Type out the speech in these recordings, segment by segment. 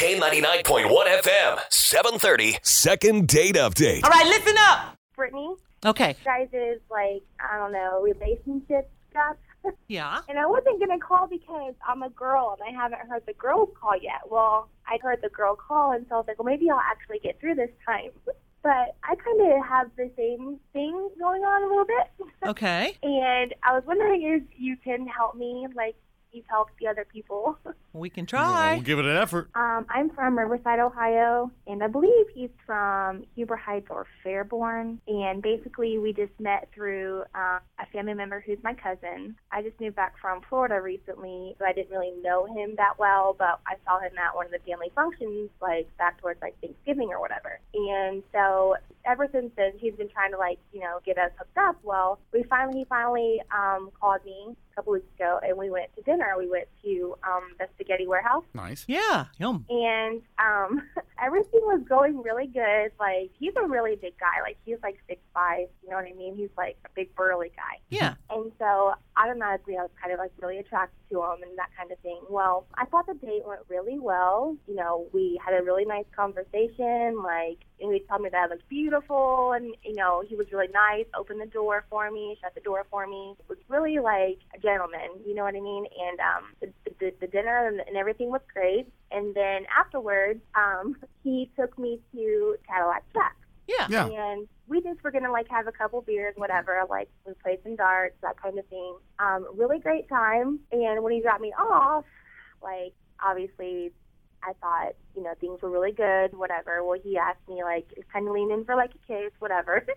K99.1 FM, 730. Second date update. All right, listen up. Brittany Okay. guys is like I don't know relationship stuff. Yeah. And I wasn't gonna call because I'm a girl and I haven't heard the girls call yet. Well, I heard the girl call and so I was like, well, maybe I'll actually get through this time. But I kind of have the same thing going on a little bit. Okay. And I was wondering if you can help me, like you've helped the other people. We can We'll try. give it an effort. Um, I'm from Riverside, Ohio, and I believe he's from Huber Heights or Fairborn. And basically, we just met through um, a family member who's my cousin. I just moved back from Florida recently, so I didn't really know him that well, but I saw him at one of the family functions, like back towards like Thanksgiving or whatever. And so ever since then, he's been trying to like you know get us hooked up. Well, we finally he finally um, called me a couple weeks ago, and we went to dinner. We went to um, the Spaghetti Warehouse Nice. Yeah. Yum. and um everything was going really good like he's a really big guy like he's like six five you know what i mean he's like a big burly guy Yeah. and so automatically I was kind of like really attracted to him and that kind of thing. Well, I thought the date went really well. You know, we had a really nice conversation, like and he told me that I looked beautiful and you know, he was really nice, opened the door for me, shut the door for me. It was really like a gentleman, you know what I mean? And um the the, the dinner and, and everything was great. And then afterwards, um, he took me to Cadillac Jack Yeah. Yeah. and we just were gonna like have a couple beers, whatever, like we played some darts, that kind of thing. Um, really great time. And when he dropped me off, like obviously I thought, you know, things were really good, whatever. Well he asked me like kinda lean in for like a kiss, whatever.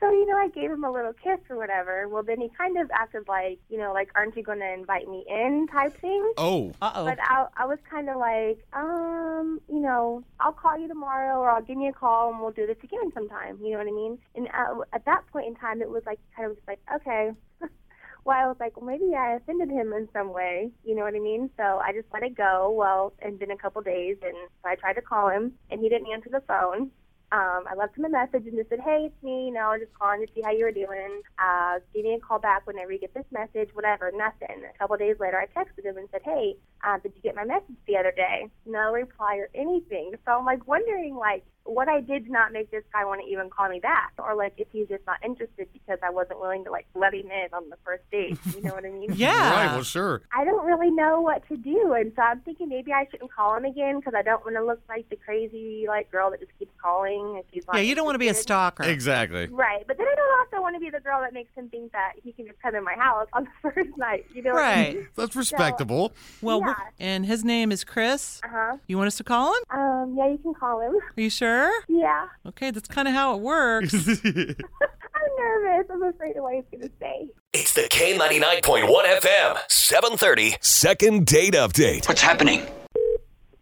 So, you know, I gave him a little kiss or whatever. Well then he kind of acted like, you know, like aren't you gonna invite me in type thing. Oh. Uh oh. But I, I was kind of like, um, you know, I'll call you tomorrow or I'll give you a call and we'll do this again sometime. You know what I mean? And at, at that point in time, it was like, kind of just like, okay. well, I was like, well, maybe I offended him in some way. You know what I mean? So I just let it go. Well, it's been a couple days and so I tried to call him and he didn't answer the phone. Um, I left him a message and just said, "Hey, it's me. You know, just calling to see how you were doing. Uh, give me a call back whenever you get this message. Whatever, nothing." A couple days later, I texted him and said, "Hey, uh, did you get my message the other day?" No reply or anything. So I'm like wondering, like, what I did to not make this guy want to even call me back, or like if he's just not interested because I wasn't willing to like let him in on the first date. You know what I mean? Yeah. Right. Well, sure. I don't really know what to do, and so I'm thinking maybe I shouldn't call him again because I don't want to look like the crazy like girl that just keeps calling. If he's not Yeah. You don't want to be a interested. stalker. Exactly. Right, but then I don't also want to be the girl that makes him think that he can just come in my house on the first night. You know? what I mean? Right. That's respectable. Well, we're- Yeah. and his name is Chris. Uh-huh. You want us to call him? Um. Yeah, you can call him. Are you sure? Yeah. Okay, that's kind of how it works. I'm nervous. I'm afraid of what he's gonna say. It's the K99.1 FM, 730. Second date update. What's happening?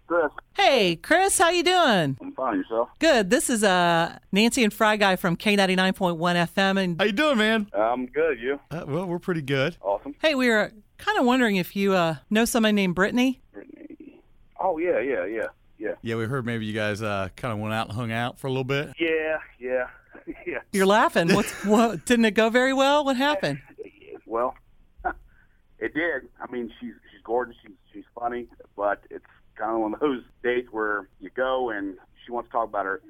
Chris, Hey, Chris, how you doing? find yourself. Good. This is uh, Nancy and Fry Guy from K99.1 FM. And How you doing, man? I'm good. You Uh, well, we're pretty good. awesome, hey, we were kind of wondering if you uh, know somebody named Brittany. Brittany. Oh yeah, yeah, yeah, yeah, Yeah, we heard maybe you guys uh, kind of went out and hung out for a little bit. yeah, yeah, yeah. You're laughing. What's, what, didn't it go very well? What happened? Well, it did. I mean, she's she's gorgeous. She's she's funny, but it's kind of one of those dates where you go and she wants to talk about her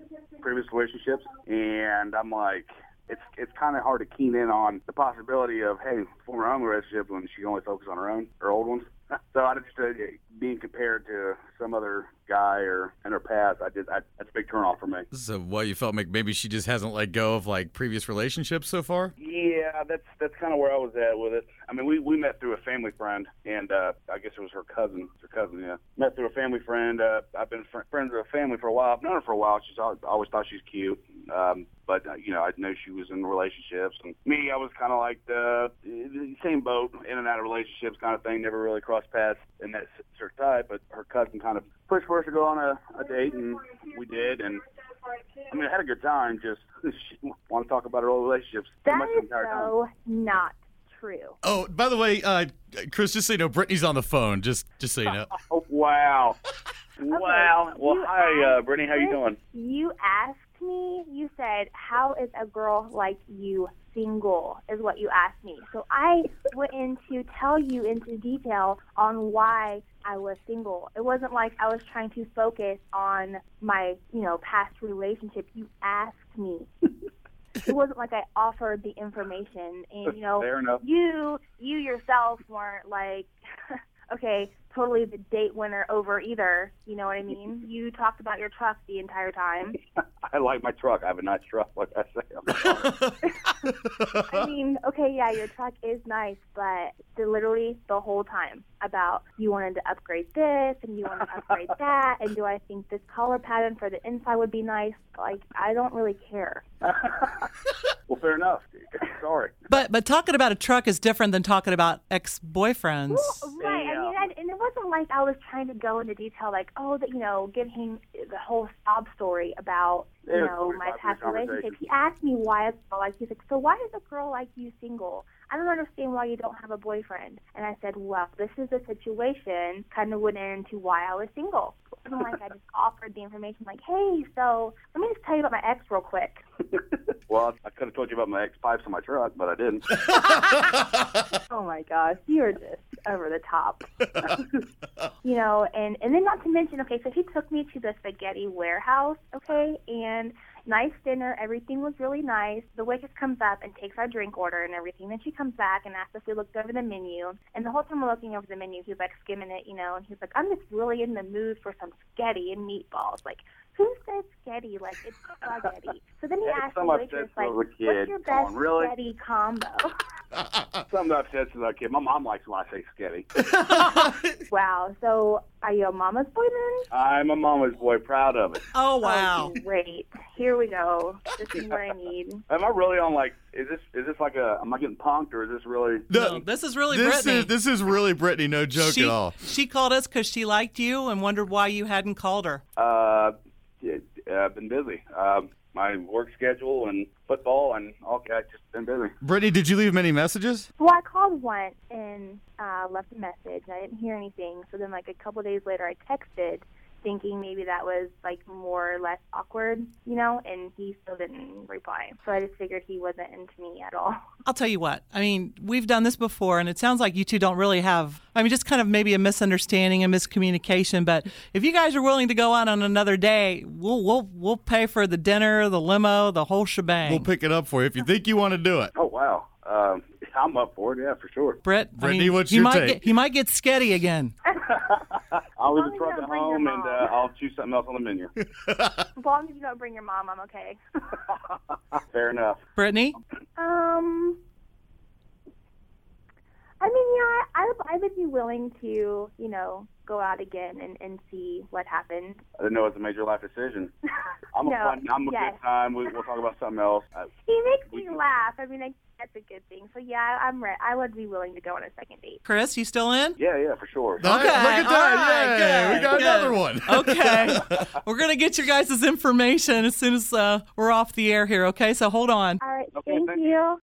previous relationships, and I'm like. It's it's kind of hard to keen in on the possibility of hey form her own relationship when she only focuses on her own her old ones. so I just uh, being compared to some other guy or in her past, I just I, that's a big turnoff for me. So, what you felt like maybe she just hasn't let go of like previous relationships so far? Yeah, that's that's kind of where I was at with it. I mean, we we met through a family friend, and uh, I guess it was her cousin. It's her cousin, yeah. Met through a family friend. Uh, I've been fr- friends with her family for a while. I've known her for a while. She's al- I always thought she's cute, um, but uh, you know, I know she was in relationships, and me, I was kind of like the, the same boat, in and out of relationships, kind of thing. Never really crossed paths in that s- sort of type. But her cousin kind of pushed for us to go on a, a date, and we did, and. I mean, I had a good time. Just she want to talk about her old relationships. That pretty much the is entire time. so not true. Oh, by the way, uh, Chris, just so you know, Brittany's on the phone. Just, just so you know. Oh, wow. Wow. Well, you hi, uh, asked Brittany. How you Chris, doing? You asked me. You said, "How is a girl like you single? Is what you asked me. So I went into tell you into detail on why I was single. It wasn't like I was trying to focus on my, you know, past relationship. You asked me. it wasn't like I offered the information, and you know, Fair enough. you you yourself weren't like, okay, totally the date winner over either. You know what I mean? You talked about your truck the entire time. I like my truck. I have a nice truck, like I say. I'm sorry. I mean, okay, yeah, your truck is nice, but the, literally the whole time about you wanted to upgrade this and you want to upgrade that, and do I think this color pattern for the inside would be nice? Like, I don't really care. well, fair enough. Sorry. But but talking about a truck is different than talking about ex boyfriends. Right. I mean, I, and it wasn't like I was trying to go into detail, like, oh, that you know, giving the whole sob story about you It was know my 45 past minute relationship. conversation. He asked me why a girl like he's like, so why is a girl like you single? I don't understand why you don't have a boyfriend. And I said, well, this is the situation. Kind of went into why I was single. It wasn't like I just offered the information, like, hey, so let me just tell you about my ex real quick. Well, I could have told you about my ex pipes in my truck, but I didn't. Oh my gosh, you're just over the top. you know, and and then not to mention, okay, so he took me to the spaghetti warehouse, okay, and nice dinner, everything was really nice. The waitress comes up and takes our drink order and everything. Then she comes back and asks if we looked over the menu. And the whole time we're looking over the menu, he's like skimming it, you know, and he's like, I'm just really in the mood for some spaghetti and meatballs, like. Who says spaghetti? Like it's spaghetti. So then he It's asks the some upset waitress, when I like, was a "What's kid. your Come best on, really?" spaghetti combo?" Something I've said since I was a kid. My mom likes when I say sketty. Wow. So are you a mama's boy then? I'm a mama's boy, proud of it. Oh wow. Great. Here we go. This is what I need. Am I really on like? Is this is this like a? Am I getting punked or is this really? No, this is really this Brittany. is this is really Brittany, no joke she, at all. she called us because she liked you and wondered why you hadn't called her. Uh, yeah, uh, been busy. Um, my work schedule and football and all. I just been busy. Brittany, did you leave many messages? Well, I called once and uh, left a message, and I didn't hear anything. So then, like a couple days later, I texted, thinking maybe that was like more or less awkward, you know. And he still didn't reply. So I just figured he wasn't into me at all. I'll tell you what. I mean, we've done this before, and it sounds like you two don't really have. I mean, just kind of maybe a misunderstanding and miscommunication. But if you guys are willing to go out on another day, we'll we'll we'll pay for the dinner, the limo, the whole shebang. We'll pick it up for you if you think you want to do it. Oh wow. Um, I'm up for it. Yeah, for sure. Britt, Brittany, what's you your might take? Get, you might get sketty again. I'll leave the As long as truck you at don't bring your home and mom. uh, I'll choose something else on the menu. As long as you don't bring your mom, I'm okay. Fair enough. Brittany, Um, I mean, yeah, I, I would be willing to, you know, go out again and, and see what happened. I didn't know it was a major life decision. I'm No, a fun. I'm a yes. good time. We, we'll talk about something else. Uh, He makes me laugh. I mean, I, that's a good thing. So yeah, I'm re- I would be willing to go on a second date. Chris, you still in? yeah, yeah, for sure. All right, Look at all that. right, Yay, good, we got good. another one. Okay. We're going to get your guys' information as soon as uh, we're off the air here, okay? So hold on. All right, Okay, thank thank you.